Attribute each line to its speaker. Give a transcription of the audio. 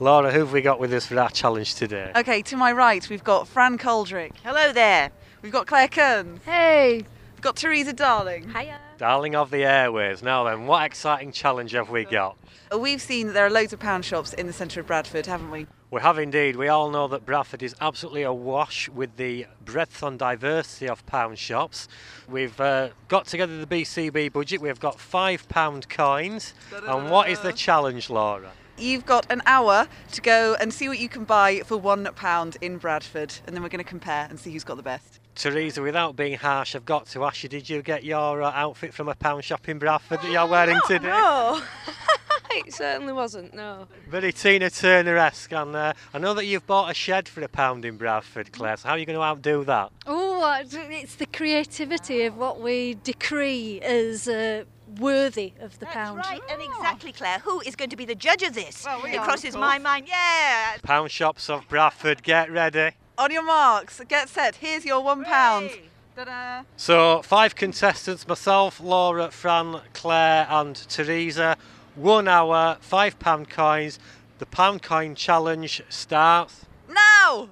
Speaker 1: Laura, who have we got with us for our challenge today?
Speaker 2: Okay, to my right, we've got Fran Coldrick. Hello there. We've got Claire Kearns.
Speaker 3: Hey.
Speaker 2: We've got Teresa Darling.
Speaker 3: Hiya.
Speaker 1: Darling of the airways. Now then, what exciting challenge have we got?
Speaker 2: Uh, We've seen that there are loads of pound shops in the centre of Bradford, haven't we?
Speaker 1: We have indeed. We all know that Bradford is absolutely awash with the breadth and diversity of pound shops. We've uh, got together the BCB budget. We've got five pound coins. And what is the challenge, Laura?
Speaker 2: You've got an hour to go and see what you can buy for £1 in Bradford, and then we're going to compare and see who's got the best.
Speaker 1: Teresa, without being harsh, I've got to ask you: Did you get your uh, outfit from a pound shop in Bradford that you're wearing today?
Speaker 3: Oh, it certainly wasn't, no.
Speaker 1: Very Tina Turner-esque. And uh, I know that you've bought a shed for a pound in Bradford, Claire. So how are you going to outdo that?
Speaker 3: Oh, it's the creativity of what we decree as uh, worthy of the pound.
Speaker 4: Right, and exactly, Claire. Who is going to be the judge of this?
Speaker 2: Well, we are,
Speaker 4: it
Speaker 2: of
Speaker 4: crosses my
Speaker 2: course.
Speaker 4: mind. Yeah.
Speaker 1: Pound shops of Bradford, get ready.
Speaker 2: On your marks, get set. Here's your £1.
Speaker 4: Hooray.
Speaker 2: Ta-da.
Speaker 1: So, five contestants myself, Laura, Fran, Claire, and Teresa. One hour, five pound coins. The pound coin challenge starts
Speaker 2: Now!